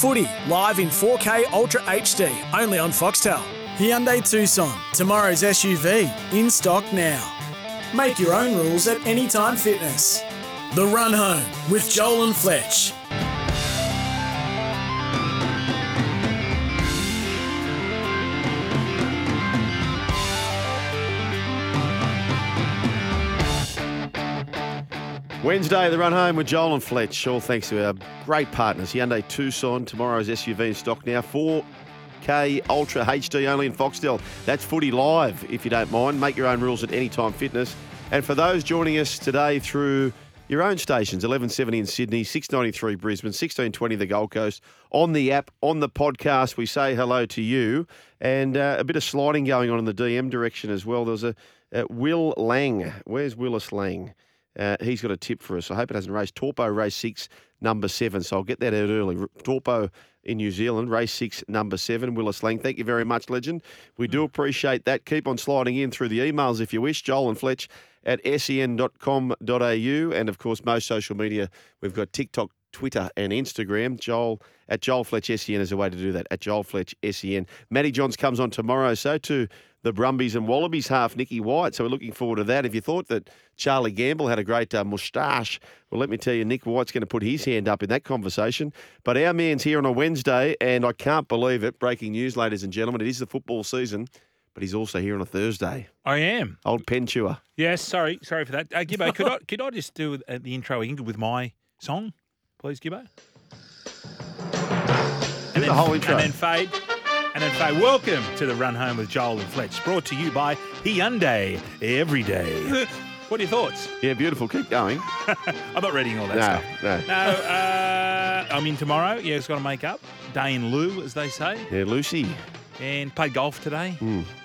Footy, live in 4K Ultra HD, only on Foxtel. Hyundai Tucson, tomorrow's SUV, in stock now. Make your own rules at Anytime Fitness. The Run Home with Joel and Fletch. Wednesday, the run home with Joel and Fletch. All thanks to our great partners, Hyundai Tucson. Tomorrow's SUV in stock now. 4K Ultra HD only in Foxtel. That's footy live, if you don't mind. Make your own rules at Anytime Fitness. And for those joining us today through your own stations, 1170 in Sydney, 693 Brisbane, 1620 the Gold Coast, on the app, on the podcast, we say hello to you. And uh, a bit of sliding going on in the DM direction as well. There was a uh, Will Lang. Where's Willis Lang? Uh, he's got a tip for us. I hope it hasn't raced. Torpo race six, number seven. So I'll get that out early. R- Torpo in New Zealand, race six, number seven. Willis Lang, thank you very much, legend. We do appreciate that. Keep on sliding in through the emails if you wish. Joel and Fletch at E sen.com.au. And of course, most social media. We've got TikTok, Twitter, and Instagram. Joel at Joel Fletch SEN is a way to do that. At Joel Fletch SEN. Matty Johns comes on tomorrow. So too the Brumbies and Wallabies half, Nicky White. So we're looking forward to that. If you thought that Charlie Gamble had a great uh, moustache, well, let me tell you, Nick White's going to put his hand up in that conversation. But our man's here on a Wednesday, and I can't believe it. Breaking news, ladies and gentlemen, it is the football season, but he's also here on a Thursday. I am. Old pen chewer. Yes, sorry, sorry for that. Uh, Gibbo, could I could I just do uh, the intro in with my song, please, Gibbo? And the whole intro. And then fade. And then fade. Welcome to the Run Home with Joel and Fletch, brought to you by Hyundai every day. what are your thoughts? Yeah, beautiful. Keep going. I'm not reading all that No, no. stuff. No, uh, I'm in tomorrow. Yeah, it's got to make up. Day in lieu, as they say. Yeah, Lucy, And played golf today.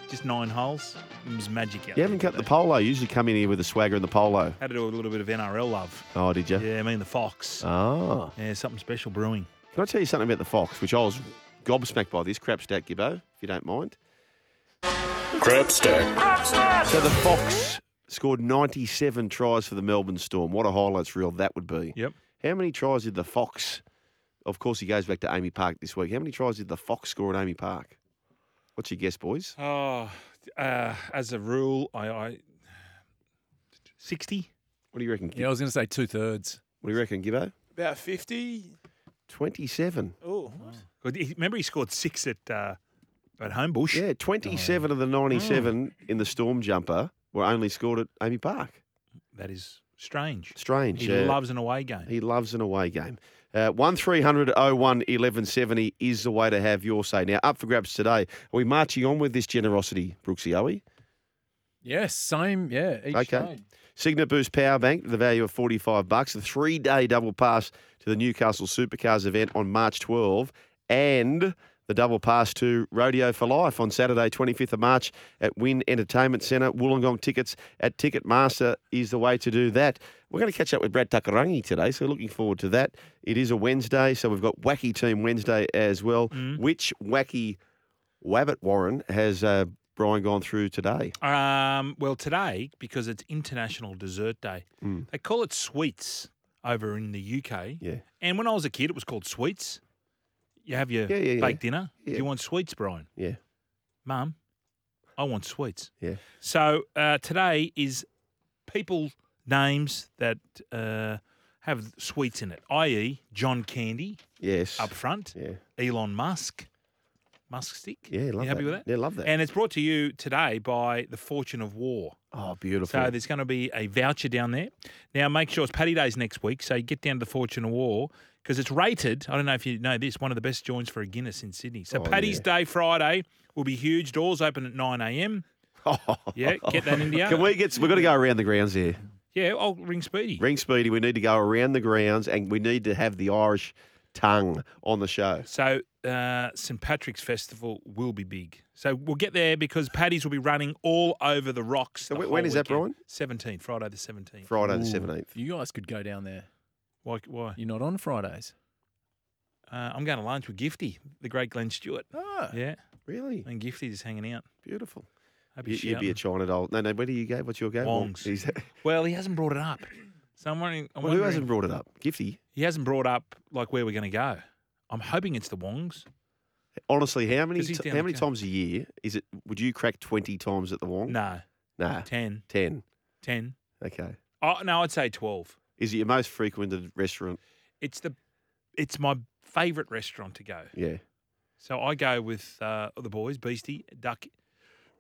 Just nine holes. It was magic out Hmm. you there haven't cut the today. polo. You usually come in here with a swagger and the polo. Had to do a little bit of NRL love. Oh, did you? Yeah, I mean the Fox. Oh. Yeah, something special brewing. Can I tell you something about the Fox, which I was gobsmacked by this crap stat, Gibbo, if you don't mind? Crab stack. So the Fox scored 97 tries for the Melbourne Storm. What a highlights reel that would be. Yep. How many tries did the Fox, of course, he goes back to Amy Park this week. How many tries did the Fox score at Amy Park? What's your guess, boys? Oh, uh, as a rule, I, I sixty. What do you reckon? Yeah, I was going to say two thirds. What do you reckon, Gibbo? About 50. 27. Oh, Good. He- Remember, he scored six at uh, at Homebush. Yeah, 27 of the 97 in the Storm jumper were only scored at Amy Park. That is strange. Strange. He yeah. loves an away game. He loves an away game. Uh, 1300 01 1170 is the way to have your say. Now, up for grabs today. Are we marching on with this generosity, Brooksy? Are we? Yes, same. Yeah, each Okay. trade. Signet Boost Power Bank, the value of 45 bucks, a three day double pass to the Newcastle Supercars event on March 12, and the double pass to Rodeo for Life on Saturday, 25th of March at Wynn Entertainment Centre. Wollongong tickets at Ticketmaster is the way to do that. We're going to catch up with Brad Takarangi today, so looking forward to that. It is a Wednesday, so we've got Wacky Team Wednesday as well. Which wacky Wabbit Warren has uh, Brian gone through today? Um, well, today because it's International Dessert Day, they call it sweets over in the UK. Hmm. Yeah. And when I was a kid, it was called sweets. You have your Yeah, yeah, yeah. baked dinner. Yeah. Do you want sweets, Brian? Yeah, Mum, I want sweets. yeah. So uh, today is people names that uh, have sweets in it, i.e., John Candy Yes. up front, Yeah. Elon Musk, Musk stick. Yeah, love you that. happy with that? Yeah, love that. And it's brought to you today by the Fortune of War. Oh, beautiful. So there's going to be a voucher down there. Now make sure it's Paddy Days next week, so you get down to the Fortune of War because it's rated. I don't know if you know this, one of the best joints for a Guinness in Sydney. So Oh, Paddy's yeah. Day Friday will be huge. Doors open at 9 a.m. Yeah, get that into you. Oh. Can we get? We've got to go around the grounds here. Yeah, I'll ring Speedy. Ring Speedy. We need to go around the grounds, and we need to have the Irish tongue on the show. So uh, St Patrick's Festival will be big. So we'll get there because Paddy's will be running all over the rocks. So the when- whole when is that, weekend. 17th, Friday the 17th. Friday the Ooh, seventeenth. You guys could go down there. Why? why? You're not on Fridays. Uh, I'm going to lunch with Gifty, the great Glenn Stewart. Oh. Ah, Yeah, Really and Gifty just hanging out. beautiful. Hope You, he's you'd be a shouting. China doll. No, no. Where do you go? What's your go? Wongs. well, he hasn't brought it up. So I'm wondering. I'm Well, who wondering- hasn't brought it up? Gifty. He hasn't brought up like where we're going to go. I'm hoping it's the Wongs. Honestly, how many 'Cause he's t- down how the many count. times a year is it? Would you crack twenty times at the Wong? No, nah, 10. ten. 10. Okay. Oh, no, I'd say 12. Is it your most frequented restaurant? It's the it's my favourite restaurant to go. Yeah. So I go with uh, the boys, Beastie, Ducky,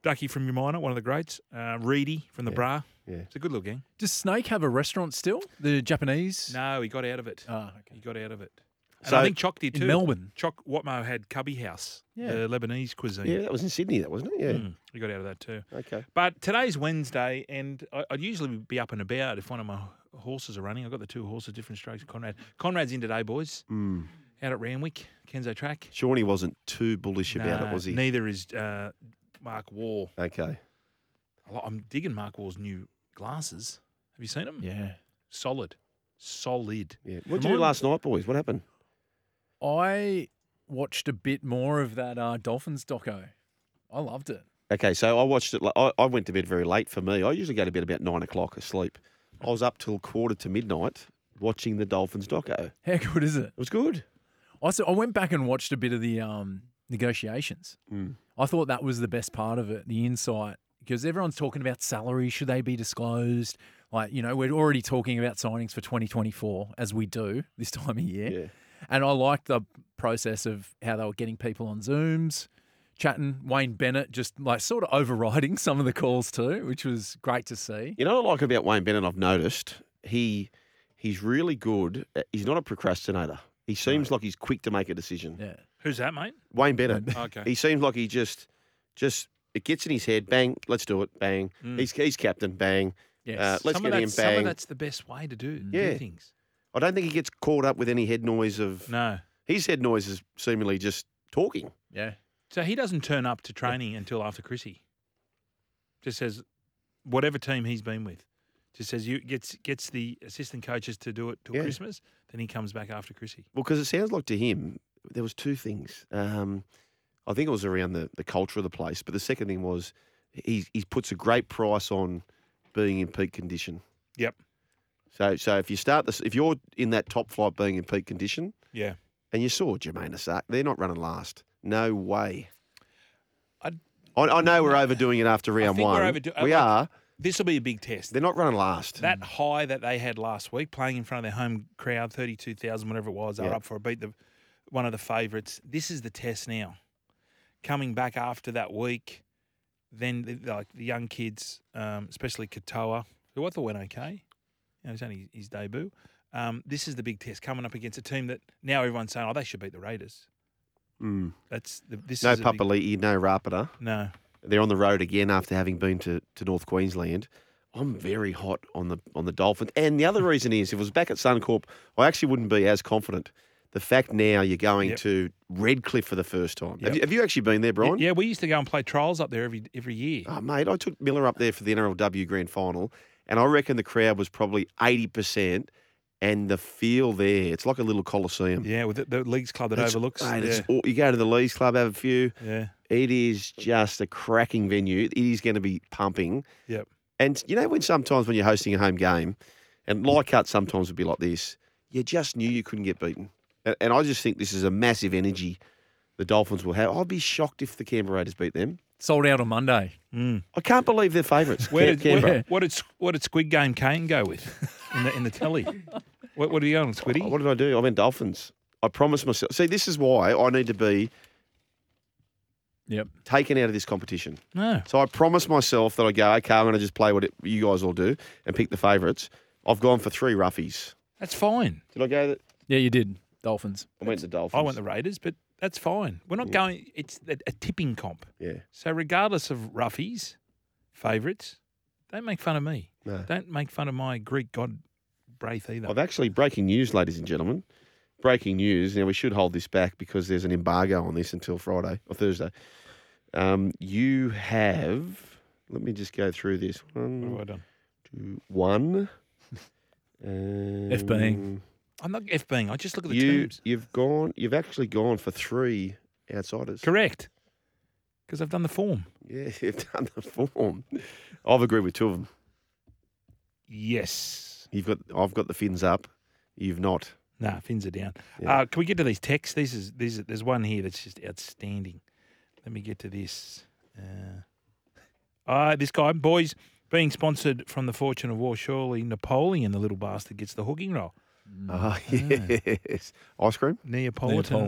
Ducky from your minor, one of the greats, uh, Reedy from the Yeah, Bra. yeah. It's a good little gang. Does Snake have a restaurant still? The Japanese? No, he got out of it. Ah, He okay. got out of it. And Oh. So- I think Chock did In too. Melbourne. Chock Watmo had Cubby House, Yeah. the Lebanese cuisine. Yeah, that was in Sydney, that wasn't it? Yeah. Mm, he got out of that too. Okay. But today's Wednesday, and I- I'd usually be up and about if one of my horses are running. I've got the two horses, different strokes. Conrad, Conrad's in today, boys. Mm. Out at Ranwick, Kenzo Track. Shawnee wasn't too bullish about Nah, it, was he? Neither is uh, Mark War. Okay. I li- I'm digging Mark War's new glasses. Have you seen them? Yeah. Solid, solid. Yeah. What did Am you I- do last night, boys? What happened? I watched a bit more of that uh, Dolphins doco. I loved it. Okay, so I watched it. la- I, I went to bed very late for me. I usually go to bed about nine o'clock asleep. I was up till quarter to midnight watching the Dolphins doco. It How good is it? was good. I s- I went back and watched a bit of the um, negotiations. Mm. I thought that was the best part of it, the insight, because everyone's talking about salary. Should they be disclosed? Like, you know, we're already talking about signings for 2024, as we do this time of year. Yeah. And I liked the process of how they were getting people on Zooms, chatting. Wayne Bennett just like sort of overriding some of the calls too, which was great to see. You know what I like about Wayne Bennett? I've noticed he he's really good. at- He's not a procrastinator. He seems like he's quick to make a decision. Yeah. Who's that, mate? Oh, Wayne Bennett. Okay. He seems like he just just it gets in his head. Bang, let's do it. Bang. Mm. He's he's captain. Bang. Yes. Uh, let's some get of him that's, Some bang. of that's the best way to do, Yeah. do things. I don't think he gets caught up with any head noise of No. his head noise is seemingly just talking. yeah. So he doesn't turn up to training until after Chrissy. Just says, whatever team he's been with, just says you gets gets the assistant coaches to do it till Yeah. Christmas. Then he comes back after Chrissy. Well, because it sounds like to him there was two things. Um, I think it was around the, the culture of the place, but the second thing was he he puts a great price on being in peak condition. Yep. So so if you start this, if you're in that top flight being in peak condition, Yeah. and you saw Jermaine Asak, they're not running last. No way. I I- I know we're overdoing it after round think we're one. overdo- we I- are. This will be a big test. They're not running last. That high that they had last week, playing in front of their home crowd, thirty-two thousand, whatever it was, they Yeah. were up for a beat. The one of the favourites. This is the test now. Coming back after that week, then the, like the young kids, um, especially Katoa, who I thought went okay. You know, it's only his debut. Um, this is the big test coming up against a team that now everyone's saying, "Oh, they should beat the Raiders." Mm. That's the, this No is a big- Papali'i, no Rapida. no. they're on the road again after having been to, to North Queensland. I'm very hot on the on the Dolphins, and the other reason is if it was back at Suncorp, I actually wouldn't be as confident. The fact now you're going Yep. to Redcliffe for the first time. Have, Yep. you, have you actually been there, Brian? Yeah, we used to go and play trials up there every every year. Oh, mate, I took Miller up there for the NRLW Grand Final, and I reckon the crowd was probably eighty percent, and the feel there, it's like a little coliseum. Yeah, with the, the leagues club that It's- overlooks. mate, yeah, it's all- you go to the Lees Club, have a few. yeah. It is just a cracking venue. It is going to be pumping. Yep. And you know when sometimes when you're hosting a home game, and Leichhardt sometimes would be like this, you just knew you couldn't get beaten. And, and I just think this is a massive energy the Dolphins will have. I'd be shocked if the Canberra Raiders beat them. Sold out on Monday. Mm. I can't believe they're favourites. Where Can- did, where- Canberra. what did Squ- what did Squid Game Kane go with in the in the telly? What what are you on, Squiddy? Oh, What did I do? I went Dolphins. I promised myself. See, this is why I need to be Yep. taken out of this competition. no, So I promised myself that I go, okay, I'm going to just play what it, you guys all do and pick the favourites. I've gone for three roughies. that's fine. Did I go? That Yeah, you did. Dolphins. I went to Dolphins. I want the Raiders, but that's fine. We're not going. It's a, a tipping comp. yeah. So regardless of roughies, favourites, don't make fun of me. No. Don't make fun of my Greek god Braith either. I've actually breaking news, ladies and gentlemen. Breaking news. Now we should hold this back because there's an embargo on this until Friday or Thursday. Um, you have. Let me just go through this. What have I One, done? two, one. Um, F being. I'm not f being. I just look at the You, teams. you've gone. You've actually gone for three outsiders. Correct, because I've done the form. Yeah, you've done the form. I've agreed with two of them. Yes. You've got. I've got the fins up. You've not. Nah, fins are down. Yeah. Uh, can we get to these texts? This is these. are- There's one here that's just outstanding. Let me get to this. Uh, uh, this guy, boys, being sponsored from the fortune of war. Surely Napoleon, the little bastard, gets the hooking roll. Ah, yes. Ice cream? Neapolitan,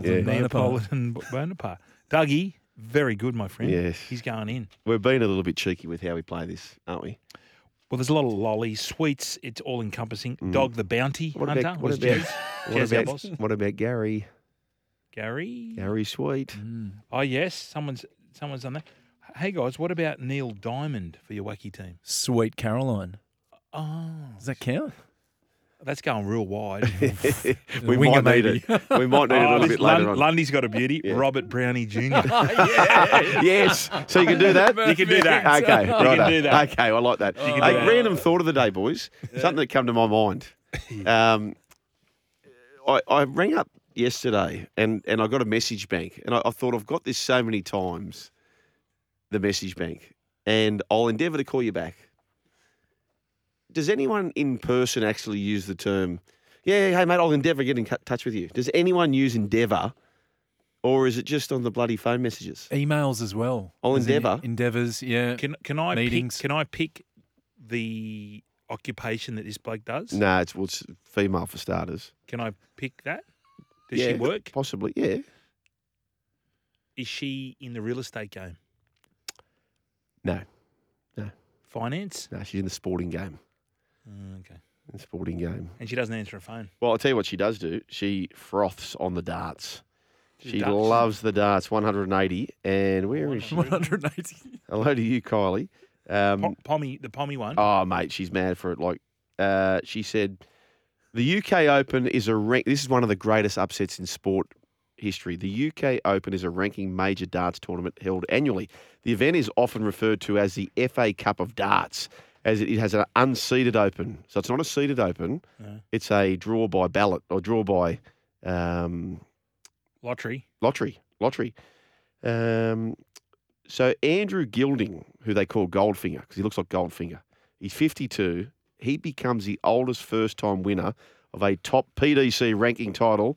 Neapolitan Bonaparte. Bonaparte. Neapolitan B- Bonaparte. Dougie, very good, my friend. Yes. he's going in. We're being a little bit cheeky with how we play this, aren't we? Well, there's a lot of lollies, sweets. It's all encompassing. Dog the bounty hunter was Jez. Mm. what, Jez our boss. about, what about Gary? Gary. Gary Sweet. Mm. Oh yes, someone's someone's done that. Hey guys, what about Neil Diamond for your wacky team? Sweet Caroline. Oh, Does that count? that's going real wide. we Winger might need maybe. it. We might need it a Oh, little this bit Lun- later on. Lundy's got a beauty. Robert Brownie Jr. you yes. So you can do that? can do that. Okay, You can righto. do that. Oh, Okay, I like that. can Hey, do that. random thought of the day, boys. Something that come to my mind. Um, I, I rang up yesterday and, and I got a message bank, and I, I thought I've got this so many times, the message bank, and I'll endeavour to call you back. Does anyone in person actually use the term? Yeah, hey mate, I'll endeavour to get in cu- touch with you. Does anyone use endeavour, or is it just on the bloody phone messages? Emails as well. Oh, As in Endeavour. Endeavours, yeah. Can can I Meetings. pick? Can I pick the occupation that this bloke does? No, it's, well, it's female for starters. Can I pick that? Does she Yeah, work? Possibly, yeah. Is she in the real estate game? No, Finance? no, she's in the sporting game. Mm, okay. In the sporting game. And she doesn't answer a phone. Well, I'll tell you what she does do. She froths on the darts. She, She darts. loves the darts, 180. And where is she? 180. Hello to you, Kylie. Um, Po- Pommy, the Pommy one. oh, mate, she's mad for it. Like, uh, she said, the UK Open is a rank. This is one of the greatest upsets in sport history. The UK Open is a ranking major darts tournament held annually. The event is often referred to as the FA Cup of darts, as it has an unseeded open. So it's not a seeded open. No. It's a draw by ballot or draw by um, Lottery. lottery, lottery. Um, so Andrew Gilding, who they call Goldfinger because he looks like Goldfinger, he's 52. He becomes the oldest first-time winner of a top PDC ranking title,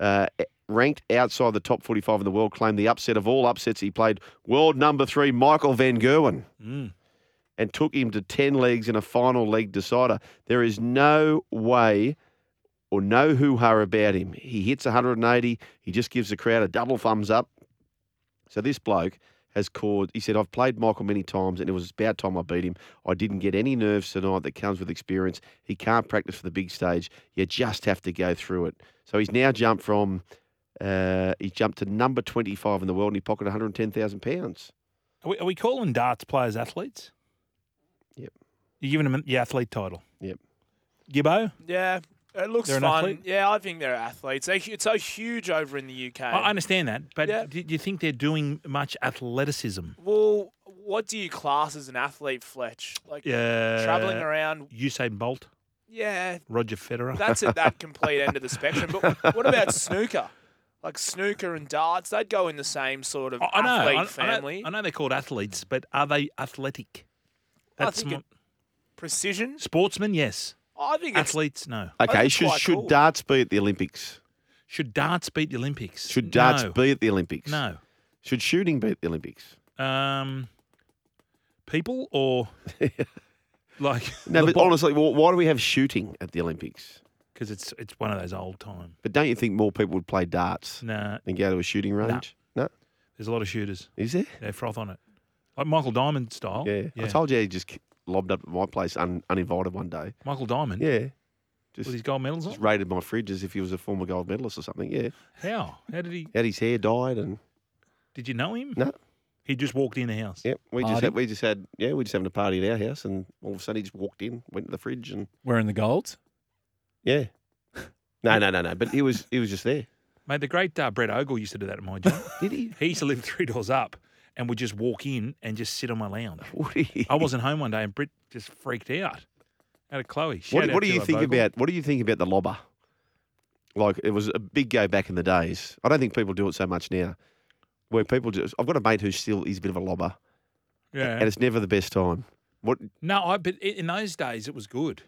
uh, ranked outside the top 45 in the world. Claimed the upset of all upsets. He played world number three Michael Van Gerwen Mm. and took him to 10 legs in a final leg decider. There is no way or no hoo ha about him. He hits 180, he just gives the crowd a double thumbs up. So this bloke has called, he said, I've played Michael many times and it was about time I beat him. I didn't get any nerves tonight that comes with experience. He can't practice for the big stage. You just have to go through it. So he's now jumped from. Uh, he jumped to number 25 in the world and he pocketed 110,000 pounds. Are we, are we calling darts players athletes? Yep. You're giving them the athlete title. Yep. Gibbo, Yeah, it looks They're an fun. athlete? Yeah, I think they're athletes. They, it's so huge over in the UK. I I understand that, but Yeah. do do you think they're doing much athleticism? well, what do you class as an athlete, Fletch? Like Yeah. traveling around. Usain Bolt, Yeah, Roger Federer. that's at that complete end of the spectrum. But what about snooker? Like snooker and darts, they'd go in the same sort of Oh, I I know, I- athlete I, know- family. I know they're called athletes, but are they athletic? I That's think m- Precision. sportsmen, yes. I think it's Athletes, no. Okay, that's should, quite should cool. darts be at the Olympics? Should darts beat the Olympics? Should darts no. be at the Olympics? No. Should shooting be at the Olympics? Um, people or like No, but honestly, wh- why do we have shooting at the Olympics? because it's it's one of those old time. But don't you think more people would play darts Mm. Nah, than go to a shooting range? No. there's a lot of shooters. Is there? They froth on it, like Michael Diamond style. yeah. I told you he just k- lobbed up at my place un- uninvited one day. Michael Diamond Yeah. with his Just, gold medals on. just raided my fridge as if he was a former gold medalist or something. Yeah. How? How did he? Had his hair dyed and Did you know him? no. He just walked in the house. Yeah. We just Party. had, we just had yeah, we just having a party at our house and all of a sudden he just walked in, went to the fridge and Wearing the golds. yeah. No, no, no, no. But he was he was just there. Mate, the great uh, Brett Ogle used to do that at my job. Did he? he used to live three doors up and would just walk in and just sit on my lounge. Would he? I wasn't home one day and Britt just freaked out. Out of Chloe. Shout What, out what do you to her think vocal. about what do you think about the lobber? Like it was a big go back in the days. I don't think people do it so much now. Where people just, I've got a mate who still is a bit of a lobber, Yeah. and it's never the best time. What? No, I but i- in those days it was good.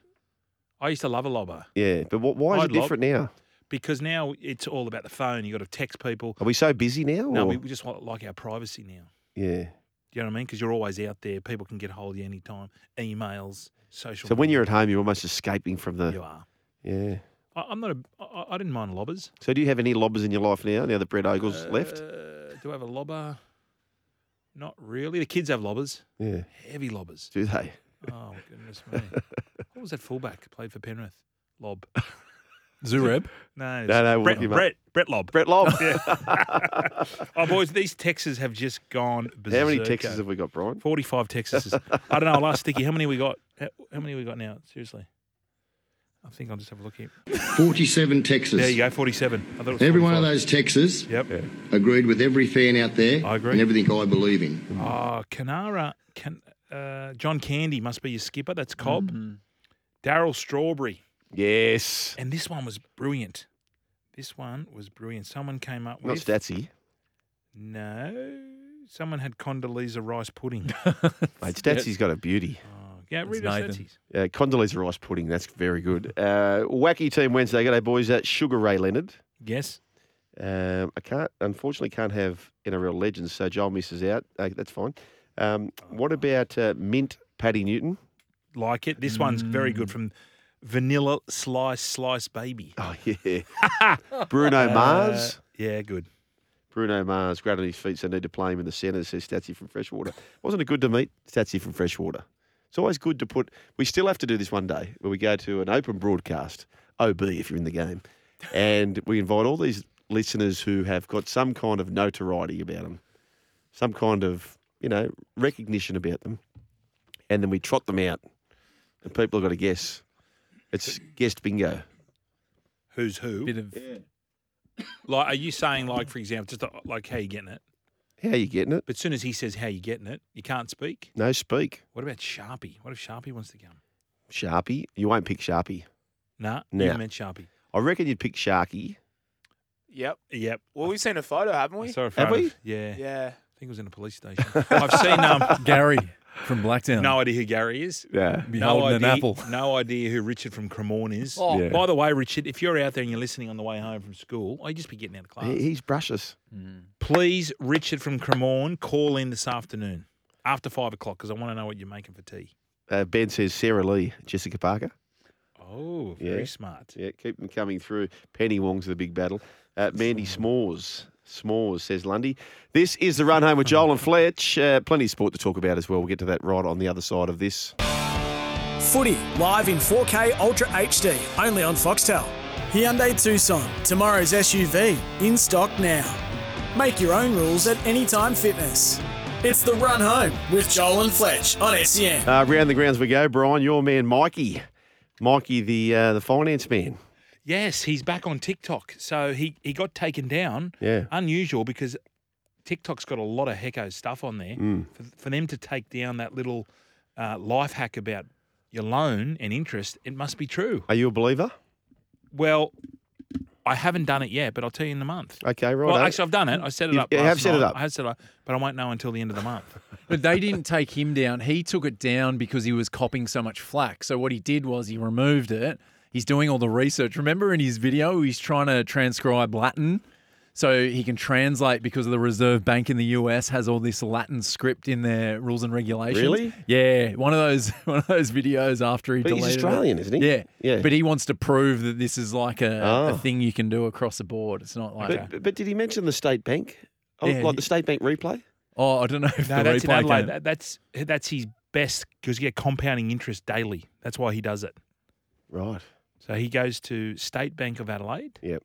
I used to love a lobbo Yeah, but what, why is I'd it lob. different now? because now it's all about the phone. You got to text people. Are we so busy now? No, or- we we just want, like our privacy now. yeah. Do you know what I mean? Because you're always out there. People can get hold of you anytime. Emails, social. So when media. you're at home, you're almost escaping from you the. are. Yeah. I, I'm not a. I, I- I didn't mind lobbers. So do you have any lobbers in your life now? Now that Brett Ogle's left. Uh, do I have a lobber? Not really. The kids have lobbers. Yeah. Heavy lobbers. Do they? Oh goodness me! what was that fullback that played for Penrith? Lob. Zureb. No, No, no, we'll Brett, give him up. Brett, Brett Lob. Brett Lobb. Oh, boys, these Texas have just gone berserk. How many Texas have we got, Brian? Forty-five Texases. I don't know. I'll ask Sticky. How many we got? How, how many we got now? Seriously, I think I'll just have a look here. 47 Texas. There you go, forty-seven. I thought it was Every one of 45. those Texas Yep. agreed with every fan out there I agree. and everything I believe in. Oh, Canara, can, uh, John Candy must be your skipper. That's Cobb. Daryl Strawberry, Yes. and this one was brilliant. This one was brilliant. Someone came up Not with Statsy. no. Someone had Condoleezza rice pudding. Mate, Statsy's got a beauty. Oh, yeah, read Nathan. us Statsies. Uh, Condoleezza rice pudding. That's very good. Uh, wacky team Wednesday. G'day, boys. Uh, Sugar Ray Leonard. Yes. Um, I can't, unfortunately, can't have NRL legends, so Joel misses out. Uh, that's fine. Um, what about uh, Mint Paddy Newton? Like it. This one's very good from Vanilla Slice Slice Baby. Oh yeah, Bruno Mars. Uh, yeah, good. Bruno Mars, great on his feet, so need to play him in the centre, says Statsy from Freshwater. Wasn't it good to meet Statsy from Freshwater? It's always good to put, we still have to do this one day where we go to an open broadcast, OB if you're in the game, and we invite all these listeners who have got some kind of notoriety about them, some kind of, you know, recognition about them, and then we trot them out, and people have got to guess. It's guest bingo. Who's who? Bit of Like, are you saying like, for example, just uh, like how you getting it? How you getting it? But as soon as he says how you getting it, you can't speak. No speak. What about Sharpie? What if Sharpie wants to come? Sharpie. You won't pick Sharpie. Nah, Nah. you meant Sharpie. I reckon you'd pick Sharky. Yep. Yep. Well, we've seen a photo, haven't we? Sorry, Have we? Yeah. Yeah. I think it was in a police station. I've seen um, Gary from Blacktown. no idea who Gary is. Yeah. be no holding idea, an apple. No idea who Richard from Cremorne is. Oh. Yeah. By the way, Richard, if you're out there and you're listening on the way home from school, I'd just be getting out of class. He, he's brushes. Hmm. Please, Richard from Cremorne, call in this afternoon after five o'clock because I want to know what you're making for tea. Uh, ben says Sarah Lee, Jessica Parker. Oh, Yeah. very smart. Yeah, keep them coming through. Penny Wong's the big battle. Uh, Mandy S'mores. S'mores, says Lundy. This is the run home with Joel and Fletch. Uh, plenty of sport to talk about as well. We'll get to that right on the other side of this. Footy live in 4K Ultra HD only on Foxtel. Hyundai Tucson, tomorrow's SUV, in stock now. Make your own rules at Anytime Fitness. It's the run home with Joel and Fletch on E SEN. Uh, round the grounds we go. Brian, your man Mikey. Mikey, the uh, the finance man. Yes, he's back on TikTok. So he, he got taken down. Yeah. Unusual because TikTok's got a lot of hecko stuff on there. Mm. For, for them to take down that little uh, life hack about your loan and interest, it must be true. Are you a believer? Well, I haven't done it yet, but I'll tell you in the month. Okay, right. Well, actually, I've done it. I set it You've- up. you last have set it night. up. I have set it up, but I won't know until the end of the month. But they didn't take him down. He took it down because he was copping so much flack. So what he did was he removed it. He's doing all the research. Remember in his video, he's trying to transcribe Latin so he can translate because of the Reserve Bank in the US has all this Latin script in their rules and regulations. Really? Yeah, one of those one of those videos after he But he's deleted it. Australian, isn't he? Yeah. Yeah. But he wants to prove that this is like a, Oh. a thing you can do across the board. It's not like but, a, but, did he mention the state bank? Oh, Yeah, like he- the state bank replay? oh, I don't know if no, the that's in replay Adelaide. came. That, that's that's his best because you get compounding interest daily. That's why he does it. Right. So he goes to State Bank of Adelaide. Yep.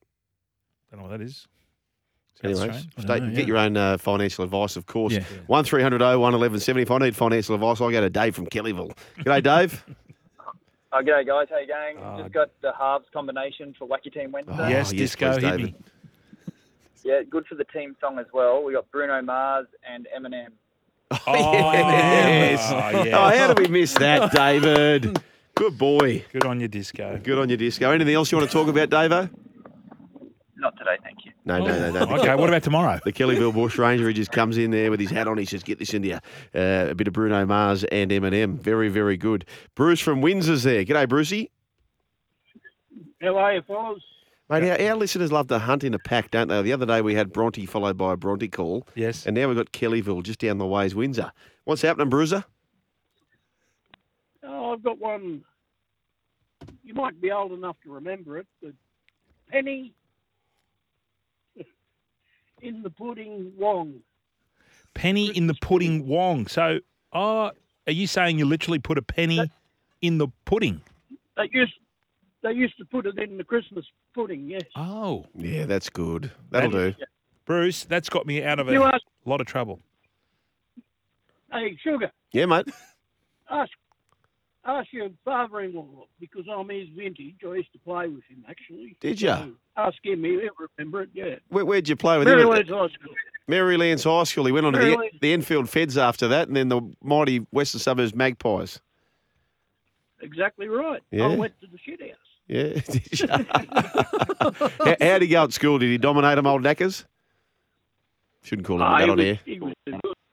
Don't know what that is. Sounds Anyways, strange. I don't state, know, get yeah. your own uh, financial advice, of course. Yeah. One 1300 01 1170. If I need financial advice, I'll go to Dave from Kellyville. G'day, Dave. Oh, g'day guys, how you going? Ah. Just got the halves combination for Wacky Team Wednesday. Oh, yes, yes, disco please, hit David. me. Yeah, good for the team song as well. We got Bruno Mars and Eminem. Oh, Yes. oh, Oh, yeah. how did we miss that, David? Good boy. Good on your disco. Good on your disco. Anything else you want to talk about, Davo? Not today, thank you. No, no, no, no. Okay, what about tomorrow? The Kellyville Bush Ranger, he just comes in there with his hat on. He says, Get this into you. Uh, a bit of Bruno Mars and Eminem. Very, very good. Bruce from Windsor's there. G'day, Brucey. How are you, fellas? Mate, our, our listeners love to hunt in a pack, don't they? The other day we had Bronte followed by a Bronte call. Yes. And now we've got Kellyville just down the way is Windsor. What's happening, Bruiser? Oh, I've got one. You might be old enough to remember it, but Penny in the pudding wong. Penny in the pudding wong. So, oh, are you saying you literally put a penny in the pudding? They used they used to put it in the Christmas pudding. Yes. Oh, Yeah, that's good. That'll do. Bruce, that's got me out of You a ask- lot of trouble. Hey, sugar, Yeah, mate. ask ask your father-in-law because I'm his vintage. I used to play with him actually. Did ya? So ask him. He'll remember it. Yeah. Where, where'd you play with him? Marylands High School. Marylands High School. He went on to the, Marylands. the Enfield Feds after that, and then the mighty Western Suburbs Magpies. Exactly right. Yeah. I went to the shit house. Yeah. Did you? how, how'd he go at school? Did he dominate them old knackers? Shouldn't call him Ah, that he, on was, air. he was too good.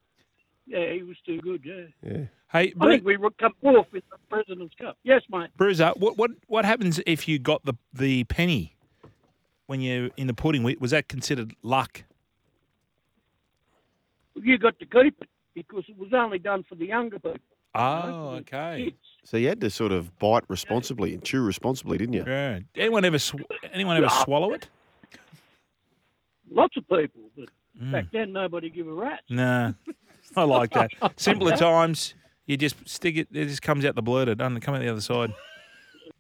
Yeah, he was too good. Yeah. Hey, I Bru- think we would come fourth in the President's Cup. Yes, mate. Bruiser, what, what what happens if you got the the penny when you're in the pudding? Was that considered luck? You got to keep it because it was only done for the younger people. Oh, okay. Kids. So you had to sort of bite responsibly and chew responsibly, didn't you? Yeah. Anyone ever sw- anyone ever swallow it? Lots of people, but Mm. back then nobody gave a rat. Nah. I like that. Simpler times. You just stick it. It just comes out the blurter. Doesn't it? come out the other side.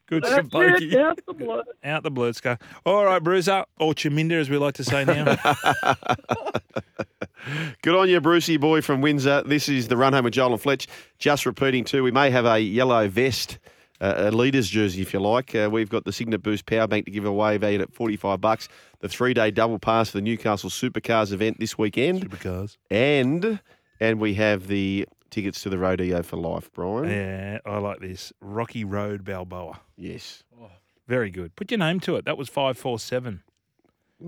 Good That's spokey. it, out the blood. Out the blurt scar. All right, Bruiser, or Chaminda, as we like to say now. Good on you, Brucey boy from Windsor. This is the run home with Joel and Fletch. Just repeating too, we may have a yellow vest, uh, a leader's jersey, if you like. Uh, we've got the Signet Boost Power Bank to give away, valued at forty-five bucks. The three-day double pass for the Newcastle Supercars event this weekend, Supercars. and and we have the tickets to the rodeo for life, Brian. Yeah, I like this. Rocky Road Balboa. Yes, Very good. Put your name to it. That was 547.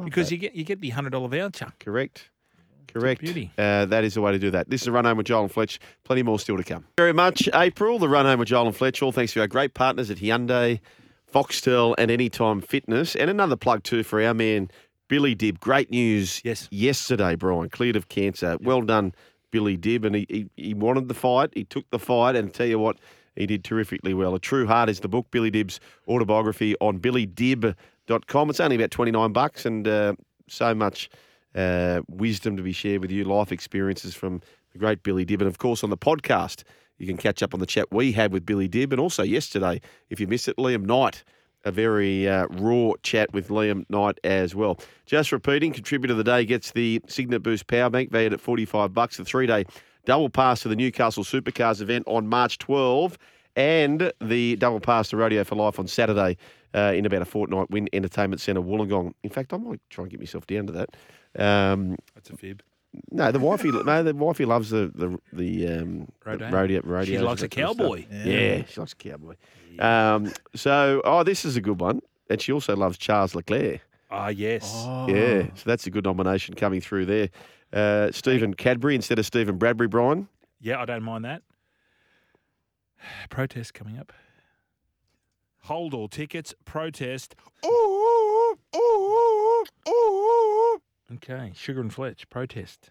because you get you get the $100 voucher. correct. Correct. beauty. Uh, that is the way to do that. This is the run home with Joel and Fletch. Plenty more still to come. Thank you Very much, April. The run home with Joel and Fletch. All thanks to our great partners at Hyundai, Foxtel, and Anytime Fitness. And another plug too for our man Billy Dibb. Great news. Yes. Yesterday, Brian cleared of cancer. Well done, Billy Dibb. And he, he he wanted the fight. He took the fight. And tell you what. He did terrifically well. A True Heart is the book, Billy Dibb's autobiography on billydibb.com. It's only about 29 bucks and uh, so much uh, wisdom to be shared with you, life experiences from the great Billy Dibb. And of course, on the podcast, you can catch up on the chat we had with Billy Dibb. And also yesterday, if you missed it, Liam Knight, a very uh, raw chat with Liam Knight as well. Just repeating, contributor of the day gets the Signet Boost Power Bank valued at 45 bucks, a three day double pass to the Newcastle Supercars event on March 12 and the double pass to Rodeo for Life on Saturday uh, in about a fortnight. Win Entertainment Centre Wollongong. In fact, I might try and get myself down to that. Um, That's a fib. no, the wifey, no, the wifey loves the the the, um, Rodeo. the rodeo, rodeo. She likes a cowboy. Yeah. she likes a cowboy. Um, so, oh, this is a good one, and she also loves Charles Leclerc. Ah, yes. Yeah, so that's a good nomination coming through there. Uh, Stephen Cadbury instead of Stephen Bradbury, Brian. Yeah, I don't mind that. Protest coming up. Hold all tickets, protest. Okay, Sugar and Fletch, protest.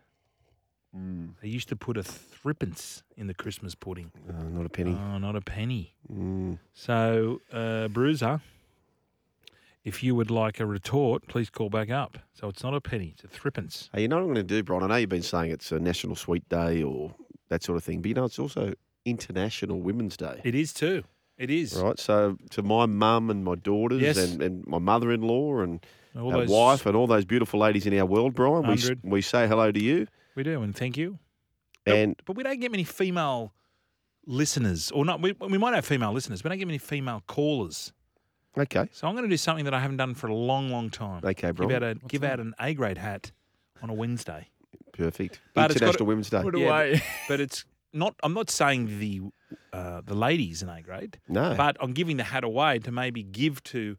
Mm. They used to put a threepence in the Christmas pudding. Oh, not a penny. Oh, not a penny. Mm. So, uh, Bruiser, if you would like a retort, please call back up. So it's not a penny, it's a threepence. Hey, you know what I'm going to do, Brian? I know you've been saying it's a National Sweet Day or that sort of thing, but you know it's also International Women's Day. It is too. It is. Right, so to my mum and my daughters Yes. and, and my mother-in-law and All our those- wife and all those beautiful ladies in our world, Brian, we, s- 100. we say hello to you. We do, and thank you. And But we don't get many female listeners, or not. We, we might have female listeners, but we don't get many female callers. okay, So I'm going to do something that I haven't done for a long, long time. Okay, Give Brian. out a give out an A grade hat on a Wednesday. perfect. But it's got International to- Women's Day. Put Yeah, away. But it's not. I'm not saying the uh, the ladies in A grade. No. But I'm giving the hat away to maybe give to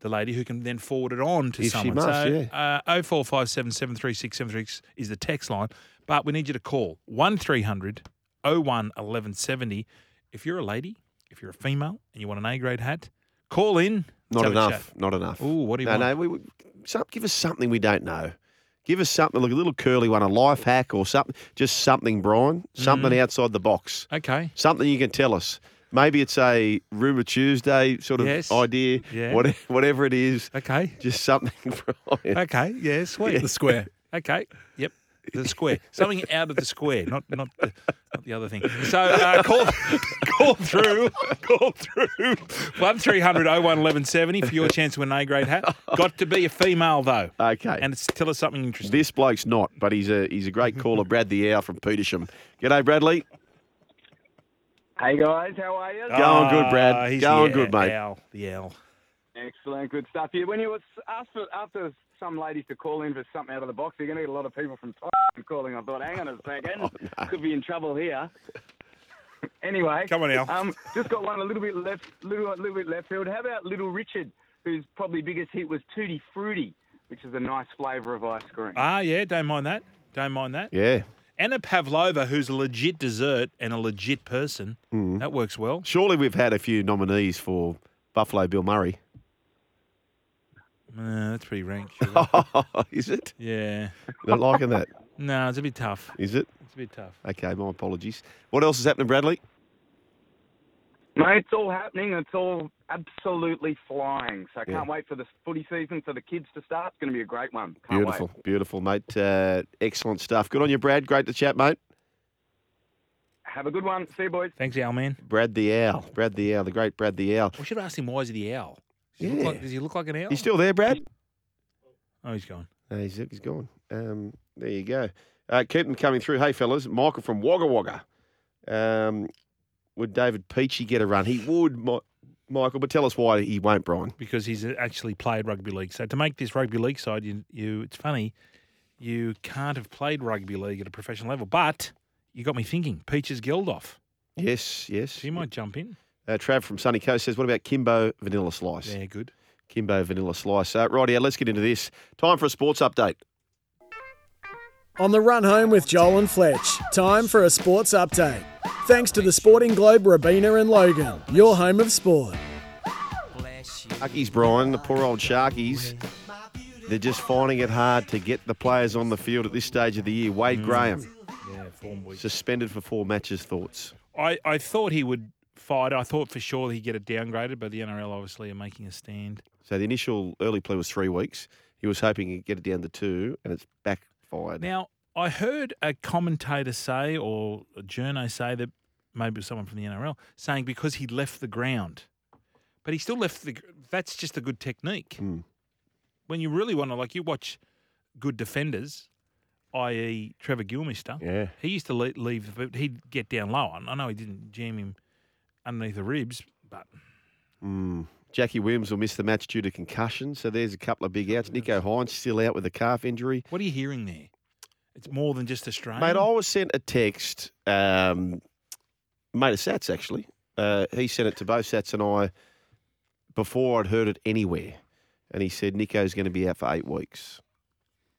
the lady who can then forward it on to If she someone. must, so uh, 0457 736 736 is the text line. But we need you to call 1300 01 1170. If you're a lady, if you're a female and you want an A grade hat, call in Not have a enough. chat. Not enough. Ooh, what do you no, want? No, we, we, some, give us something we don't know. Give us something, like a little curly one, a life hack or something. Just something, Brian. Something Mm. outside the box. Okay. Something you can tell us. Maybe it's a Rumour Tuesday sort of Yes. idea. Yeah. What, whatever it is. Okay. Just something, Brian. Okay. Yeah. Sweet. The square. Okay. Yep. The square. Something out of the square, not not the, not the other thing. So uh, call call through call through one 1170 for your chance to win an A grade hat. Got to be a female though, Okay. and it's, tell us something interesting. This bloke's not, but he's a he's a great caller, Brad the Owl from Petersham. G'day, Bradley. Hey guys, how are you? Going good, Brad. Ah, he's Going the good, mate. Owl, the owl. Excellent, good stuff. Yeah, when you was asked for, after some ladies to call in for something out of the box, you're going to get a lot of people from Thailand calling. I thought, hang on a second, could be in trouble here. anyway, Come on, Al. Um, just got one a little bit left, little little bit left field. How about Little Richard, whose probably biggest hit was Tutti Frutti, which is a nice flavour of ice cream. Ah, yeah. Don't mind that. Don't mind that. Yeah. Anna Pavlova, who's a legit dessert and a legit person, that works well. Surely we've had a few nominees for Buffalo Bill Murray. Uh, that's pretty rank. Oh, is it? yeah. Not liking that. No, it's a bit tough. Is it? It's a bit tough. Okay, my apologies. What else is happening, Bradley? Mate, it's all happening. It's all absolutely flying. So I can't wait for the footy season for the kids to start. It's going to be a great one. Can't beautiful, beautiful, mate. Uh, excellent stuff. Good on you, Brad. Great to chat, mate. Wait. Have a good one. See you, boys. Thanks, Owl Man. Brad the Owl. Brad the Owl, the great Brad the Owl. We should have asked him why is he the owl? Does, he look like, Yeah. does he look like an owl? You still there, Brad? oh, he's gone. No, he's, he's gone. Um, there you go. Uh, keep them coming through. Hey, fellas, Michael from Wagga Wagga. Um, would David Peachy get a run? He would, Mi- Michael, but tell us why he won't, Brian. Because he's actually played rugby league. So to make this rugby league side, you, you it's funny, you can't have played rugby league at a professional level. But you got me thinking. Peaches Gildoff, Yes, yes. she might jump in. Uh, Trav from Sunny Coast says, what about Kimbo Vanilla Slice? Yeah, good. Kimbo Vanilla Slice. Uh, right here, let's get into this. Time for a sports update. On the run home with Joel and Fletch, time for a sports update. Thanks to the Sporting Globe, Rabina and Logan, your home of sport. Sharkies, Brian, the poor old Sharkies. They're just finding it hard to get the players on the field at this stage of the year. Wade Graham Mm. Yeah, form week. suspended for four matches. Thoughts? I, I thought he would fight. I thought for sure he'd get it downgraded, but the NRL obviously are making a stand. So the initial early play was three weeks. He was hoping he'd get it down to two, and it's backfired. Now, I heard a commentator say, or a journo say that maybe it was someone from the NRL saying because he left the ground, but he still left the. gr- That's just a good technique. When you really want to, like, you watch good defenders, i.e., Trevor Gilmister. Yeah. he used to leave. leave the- he'd get down low, and I know he didn't jam him underneath the ribs, but Hmm. Jackie Williams will miss the match due to concussion. So there's a couple of big outs. Nico Hines still out with a calf injury. what are you hearing there? It's more than just a strain. Mate, I was sent a text, um, mate of Sats actually. Uh, he sent it to both Sats and I before I'd heard it anywhere. And he said, Nico's going to be out for eight weeks.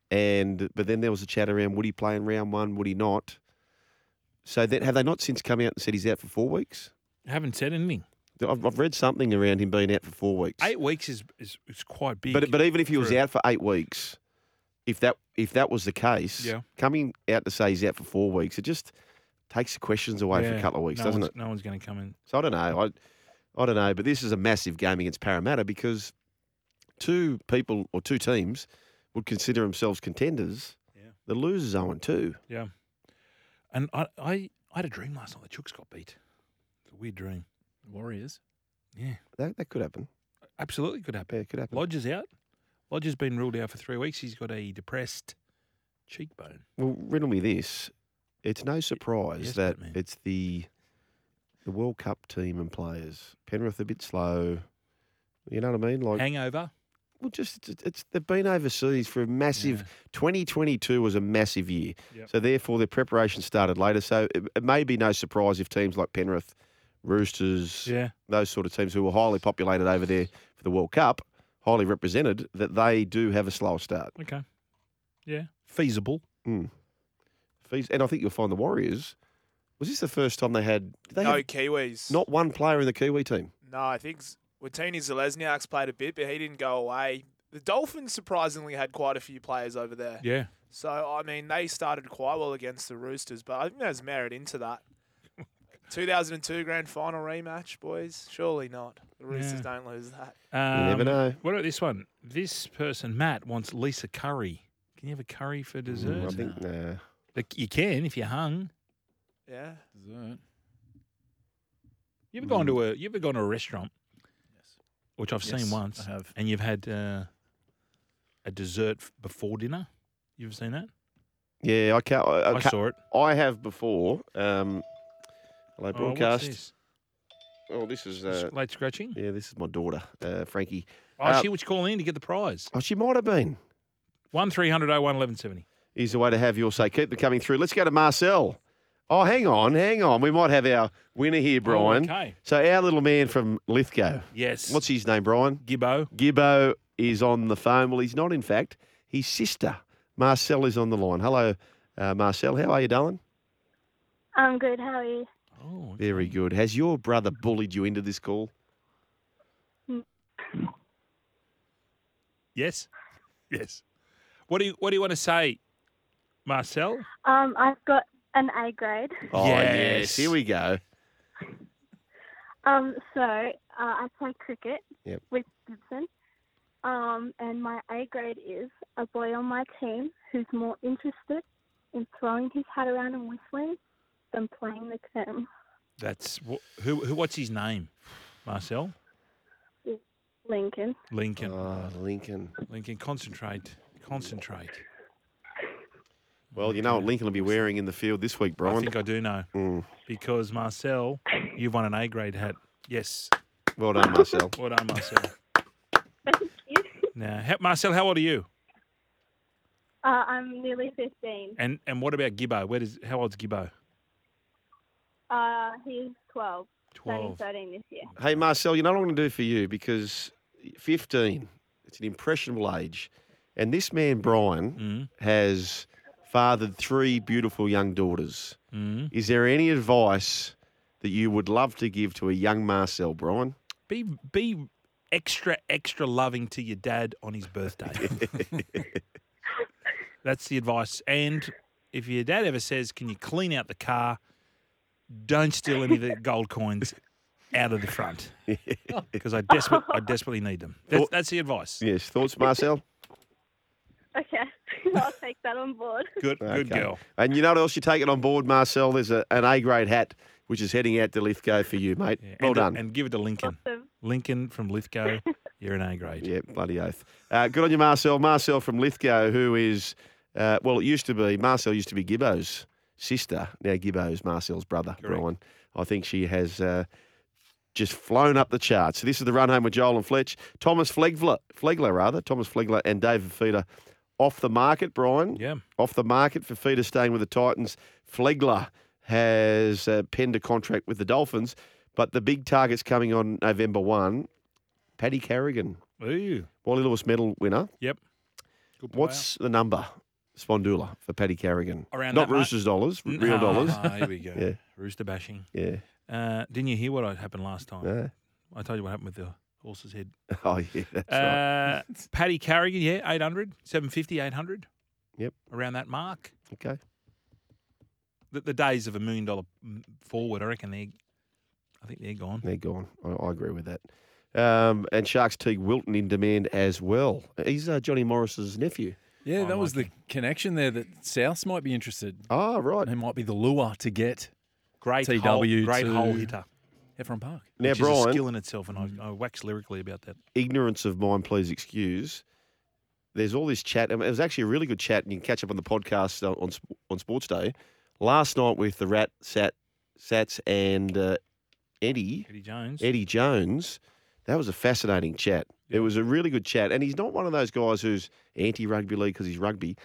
And But then there was a chat around would he play in round one, would he not? So then, have they not since come out and said he's out for four weeks? haven't said anything. I've, I've read something around him being out for four weeks. Eight weeks is is, is quite big. But but even if he was for a- out for eight weeks, if that if that was the case, Yeah. coming out to say he's out for four weeks, it just takes the questions away for a Yeah, couple of weeks, no doesn't one's- it? No one's going to come in. So I don't know. I I don't know. But this is a massive game against Parramatta because two people or two teams would consider themselves contenders. Yeah. The losers 0 and 2. Yeah. And I, I, I had a dream last night. The Chooks got beat. It's a weird dream. Warriors. Yeah, That, that could happen. absolutely could happen. Yeah, it could happen. Lodge is out. Lodge has been ruled out for three weeks. He's got a depressed cheekbone. Well, riddle me this. It's no surprise yes, that Batman. it's the the World Cup team and players. Penrith a bit slow. You know what I mean? Like, Hangover. well, just it's, it's they've been overseas for a massive. Yeah. 2022 was a massive year, Yep. so therefore their preparation started later. So it, it may be no surprise if teams like Penrith, Roosters, Yeah. those sort of teams who were highly populated over there for the World Cup, highly represented, that they do have a slower start. Okay. Yeah. Feasible. Fees- Mm. And I think you'll find the Warriors. Was this the first time they had? Did they No have Kiwis. Not one player in the Kiwi team. No, I think s- Watini Zelezniak's played a bit, but he didn't go away. The Dolphins surprisingly had quite a few players over there. Yeah. So I mean, they started quite well against the Roosters, but I think there's merit into that. 2002 grand final rematch, boys. Surely not. The Roosters Yeah. don't lose that. Um, never know. What about this one? This person, Matt, wants Lisa curry. Can you have a curry for dessert? Mm, I think nah. Like, You can if you're hung. Yeah. Dessert. You ever gone to a you ever gone to a restaurant? Which I've Mm. Yes, seen I once. have. And you've had uh, a dessert f- before dinner. You've seen that? Yeah, I can't. I, I I can't- saw it. I have before. Um, hello, Oh, what's broadcast. this? Oh, this is. Sc- Uh, Late scratching. yeah, this is my daughter, uh, Frankie. Oh, Uh, she was calling in to get the prize. Oh, she might have been. One 1170 Is the way to have your say. Keep them coming through. Let's go to Marcel. Oh, hang on, hang on. We might have our winner here, Brian. Oh, okay. So our little man from Lithgow. Yes. What's his name, Brian? Gibbo? Gibbo is on the phone. Well, he's not, in fact. His sister, Marcel, is on the line. Hello, uh, Marcel. How are you, darling? I'm good. How are you? Oh, Very good. Has your brother bullied you into this call? yes. Yes. What do you what do you want to say, Marcel? Um, I've got an A grade. Oh, yes. Yes. Here we go. Um, so uh, I play cricket Yep. with Gibson. Um, and my A grade is a boy on my team who's more interested in throwing his hat around and whistling than playing the game. That's wh- who, who what's his name? Marcel? Lincoln. Lincoln. Oh, Lincoln. Lincoln, concentrate. Concentrate. Well, you know what Lincoln will be wearing in the field this week, I Brian. think I do know. Mm. Because Marcel, you've won an A grade hat. Yes. Well done, Marcel. Well done, Marcel. Thank you. now, how, Marcel, how old are you? Uh, I'm nearly 15. And and what about Gibbo? Where does how old's Gibbo? Uh, he's 12. Turning Twelve. 13 this year. Hey, Marcel, you know what I'm going to do for you because 15, it's an impressionable age. And this man, Brian, Mm. has fathered three beautiful young daughters. Mm. Is there any advice that you would love to give to a young Marcel, Brian? Be be extra extra loving to your dad on his birthday. That's the advice. And if your dad ever says, "Can you clean out the car?" Don't steal any of the gold coins out of the front because I desperate I desperately need them. That's, that's the advice. Yes, thoughts, Marcel? Okay. I'll take that on board. Good good Okay. girl. And you know what else you take it on board, Marcel? There's a, an A grade hat which is heading out to Lithgow for you, mate. Yeah, Well and, uh, done. And give it to Lincoln. Awesome. Lincoln from Lithgow, you're an A grade. Yeah, bloody oath. Uh, good on you, Marcel. Marcel from Lithgow, who is, uh, well, it used to be, Marcel used to be Gibbo's sister. Now Gibbo's Marcel's brother, Correct. Brian. I think she has uh, just flown up the charts. So this is the run home with Joel and Fletch. Thomas Flegler, Flegler rather, Thomas Flegler and David Feeder off the market, Brian. Yeah. Off the market for Feeder staying with the Titans. Flegler has uh, penned a contract with the Dolphins, but the big target's coming on November 1. Paddy Carrigan, Ooh. Wally Lewis medal winner. Yep. Good What's the number, Spondula, for Paddy Carrigan? Around Not that mark? Roosters dollars, r- real dollars. Ah, here we go. Yeah. Rooster bashing. Yeah. Uh, didn't you hear what happened last time? no. I told you what happened with the horse's head. Oh, yeah, that's right. Uh, Paddy Carrigan, yeah, 800, 750, 800. Yep. Around that mark. Okay. The, the days of a million dollar mm, forward, I reckon they're, I think they're gone. They're gone. I, I agree with that. Um, and Sharks Teague Wilton in demand as well. He's uh, Johnny Morris's nephew. Yeah, I that was like the connection there that Souths might be interested. Ah, right. It might be the lure to get Great TW hole, great to- hole hitter. Heffron Park. Now, which is a Brian, Mm. skill in itself, and I, I wax lyrically about that. ignorance of mine, please excuse. There's all this chat. I mean, it was actually a really good chat, and you can catch up on the podcast uh, on Sp- on Sports Day last night with the Rat Sat Sats and uh, Eddie. Eddie Jones. Eddie Jones. That was a fascinating chat. It was a really good chat. And he's not one of those guys who's anti rugby league because he's rugby,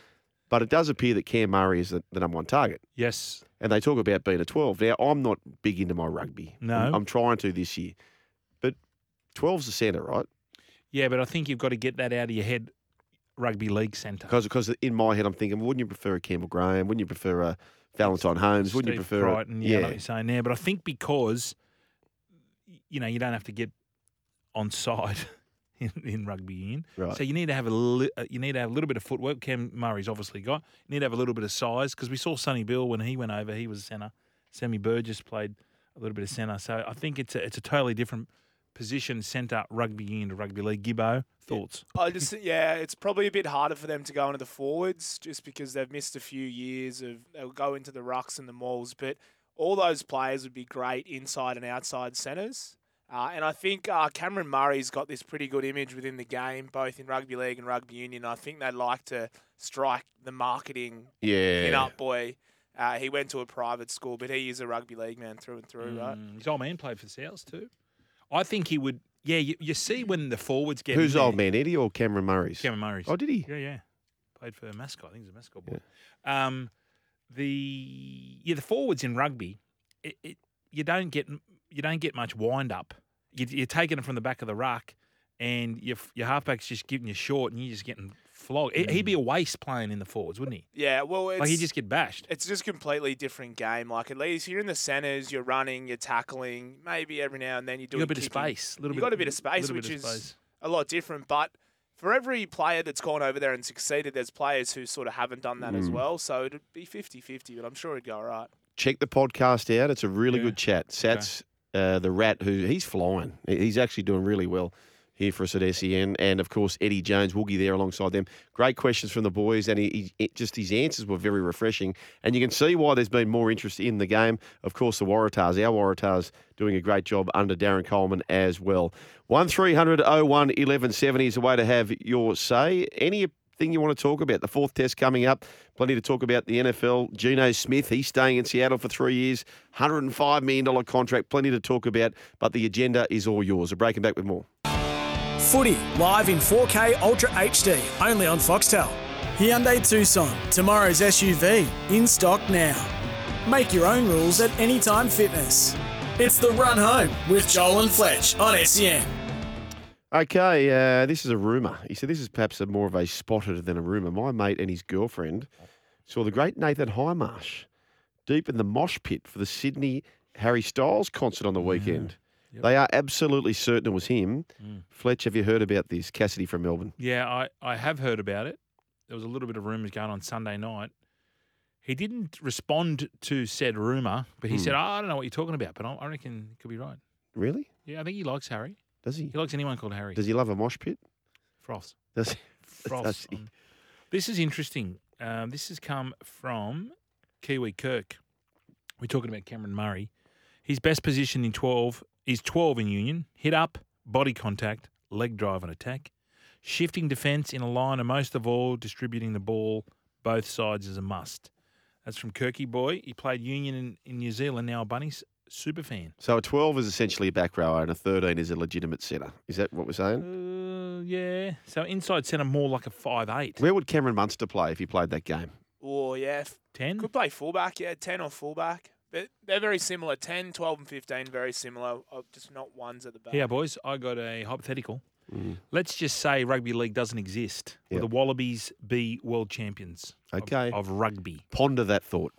but it does appear that Cam Murray is the, the number one target. Yes. And they talk about being a 12. Now, I'm not big into my rugby. No. I'm, I'm trying to this year. But 12's the centre, right? Yeah, but I think you've got to get that out of your head. Rugby league centre. Because in my head, I'm thinking, wouldn't you prefer a Campbell Graham? Wouldn't you prefer a Valentine Holmes? Wouldn't you Steve prefer Crichton, a. yeah, I know what you're saying there, but I think because you know you don't have to get on side in, in rugby union. Right. So you need to have a li- uh, you need to have a little bit of footwork. Cam Murray's obviously got. You need to have a little bit of size because we saw Sonny Bill when he went over. He was centre. Sammy Burgess played a little bit of centre. So I think it's a, it's a totally different position centre rugby union to rugby league. Gibbo thoughts? I just think, yeah, it's probably a bit harder for them to go into the forwards just because they've missed a few years of they'll go into the rucks and the mauls, but all those players would be great inside and outside centres. Uh, and I think uh, Cameron Murray's got this pretty good image within the game, both in rugby league and rugby union. I think they like to strike the marketing Yeah. pin up boy. Uh, he went to a private school, but he is a rugby league man through and through, right? Mm, His old man played for Souths too. I think he would. Yeah, you, you see when the forwards get in Who's there. old man, Eddie or Cameron Murray's? Cameron Murray's. Oh, did he? Yeah, yeah. Played for Mascot. I think he's a Mascot boy. Um, the yeah, the forwards in rugby, it, it, you don't get you don't get much wind up. You, you're taking it from the back of the ruck, and your f- your halfback's just giving you short, and you're just getting flogged. He- He'd be a waste playing in the forwards, wouldn't he? Yeah, well, Mm. it's, like he'd just get bashed. It's just completely different game. Like at least you're in the centres, you're running, you're tackling. Maybe every now and then you do You got a bit of space, little you bit- got a bit of space, little bit which of is space. a lot different. But for every player that's gone over there and succeeded, there's players who sort of haven't done that as Mm. well. So it'd be 50-50, but I'm sure it'd go all right. Check the podcast out. It's a really good chat. Sats, uh, the rat, who he's flying. He- He's actually doing really well here for us at SEN. And of course, Eddie Jones, Woogie there alongside them. Great questions from the boys. And he, he, it- just his answers were very refreshing. And you can see why there's been more interest in the game. Of course, the Waratahs, our Waratahs, doing a great job under Darren Coleman as well. 1300 01 1170 is the way to have your say. Any thing you want to talk about. The fourth test coming up. Plenty to talk about the NFL. Geno Smith, he's staying in Seattle for three years, $105 million contract. Plenty to talk about, but the agenda is all yours. We're breaking back with more. Footy live in 4K Ultra HD only on Foxtel. Hyundai Tucson, tomorrow's SUV, in stock now. Make your own rules at Anytime Fitness. It's the run home with Joel and Fletch on E SEN. Okay, uh, this is a rumour. He said this is perhaps a more of a spotted than a rumour. My mate and his girlfriend saw the great Nathan Highmarsh deep in the mosh pit for the Sydney Harry Styles concert on the weekend. They are absolutely certain it was him. Fletch, have you heard about this? Cassidy from Melbourne. Yeah, I, I have heard about it. There was a little bit of rumours going on Sunday night. He didn't respond to said rumour, but he Hmm. said, oh, I don't know what you're talking about, but I, I reckon it could be right. Really? Yeah, I think he likes Harry. Does he? He likes anyone called Harry. Does he love a mosh pit? Frost. Does, Frost. he? on- This is interesting. Um, this has come from Kiwi Kirk. We're talking about Cameron Murray. His best position in 12 is 12 in union, hit up, body contact, leg drive and attack, shifting defence in a line, and most of all, distributing the ball both sides is a must. That's from Kirky Boy. He played union in, in New Zealand, now a Bunnies super fan. So a 12 is essentially a back rower and a 13 is a legitimate setter. Is that what we're saying? Uh, yeah. So inside centre, more like a 5'8. Where would Cameron Munster play if he played that game? Oh, yeah. f- 10? Could play fullback, yeah, 10 or fullback. But they're very similar, 10, 12 and 15, very similar, uh, just not ones at the back. Yeah, boys, I got a hypothetical. Let's just say rugby league doesn't exist. Will Yep. the Wallabies be world champions of- Okay. of, rugby? Ponder that thought.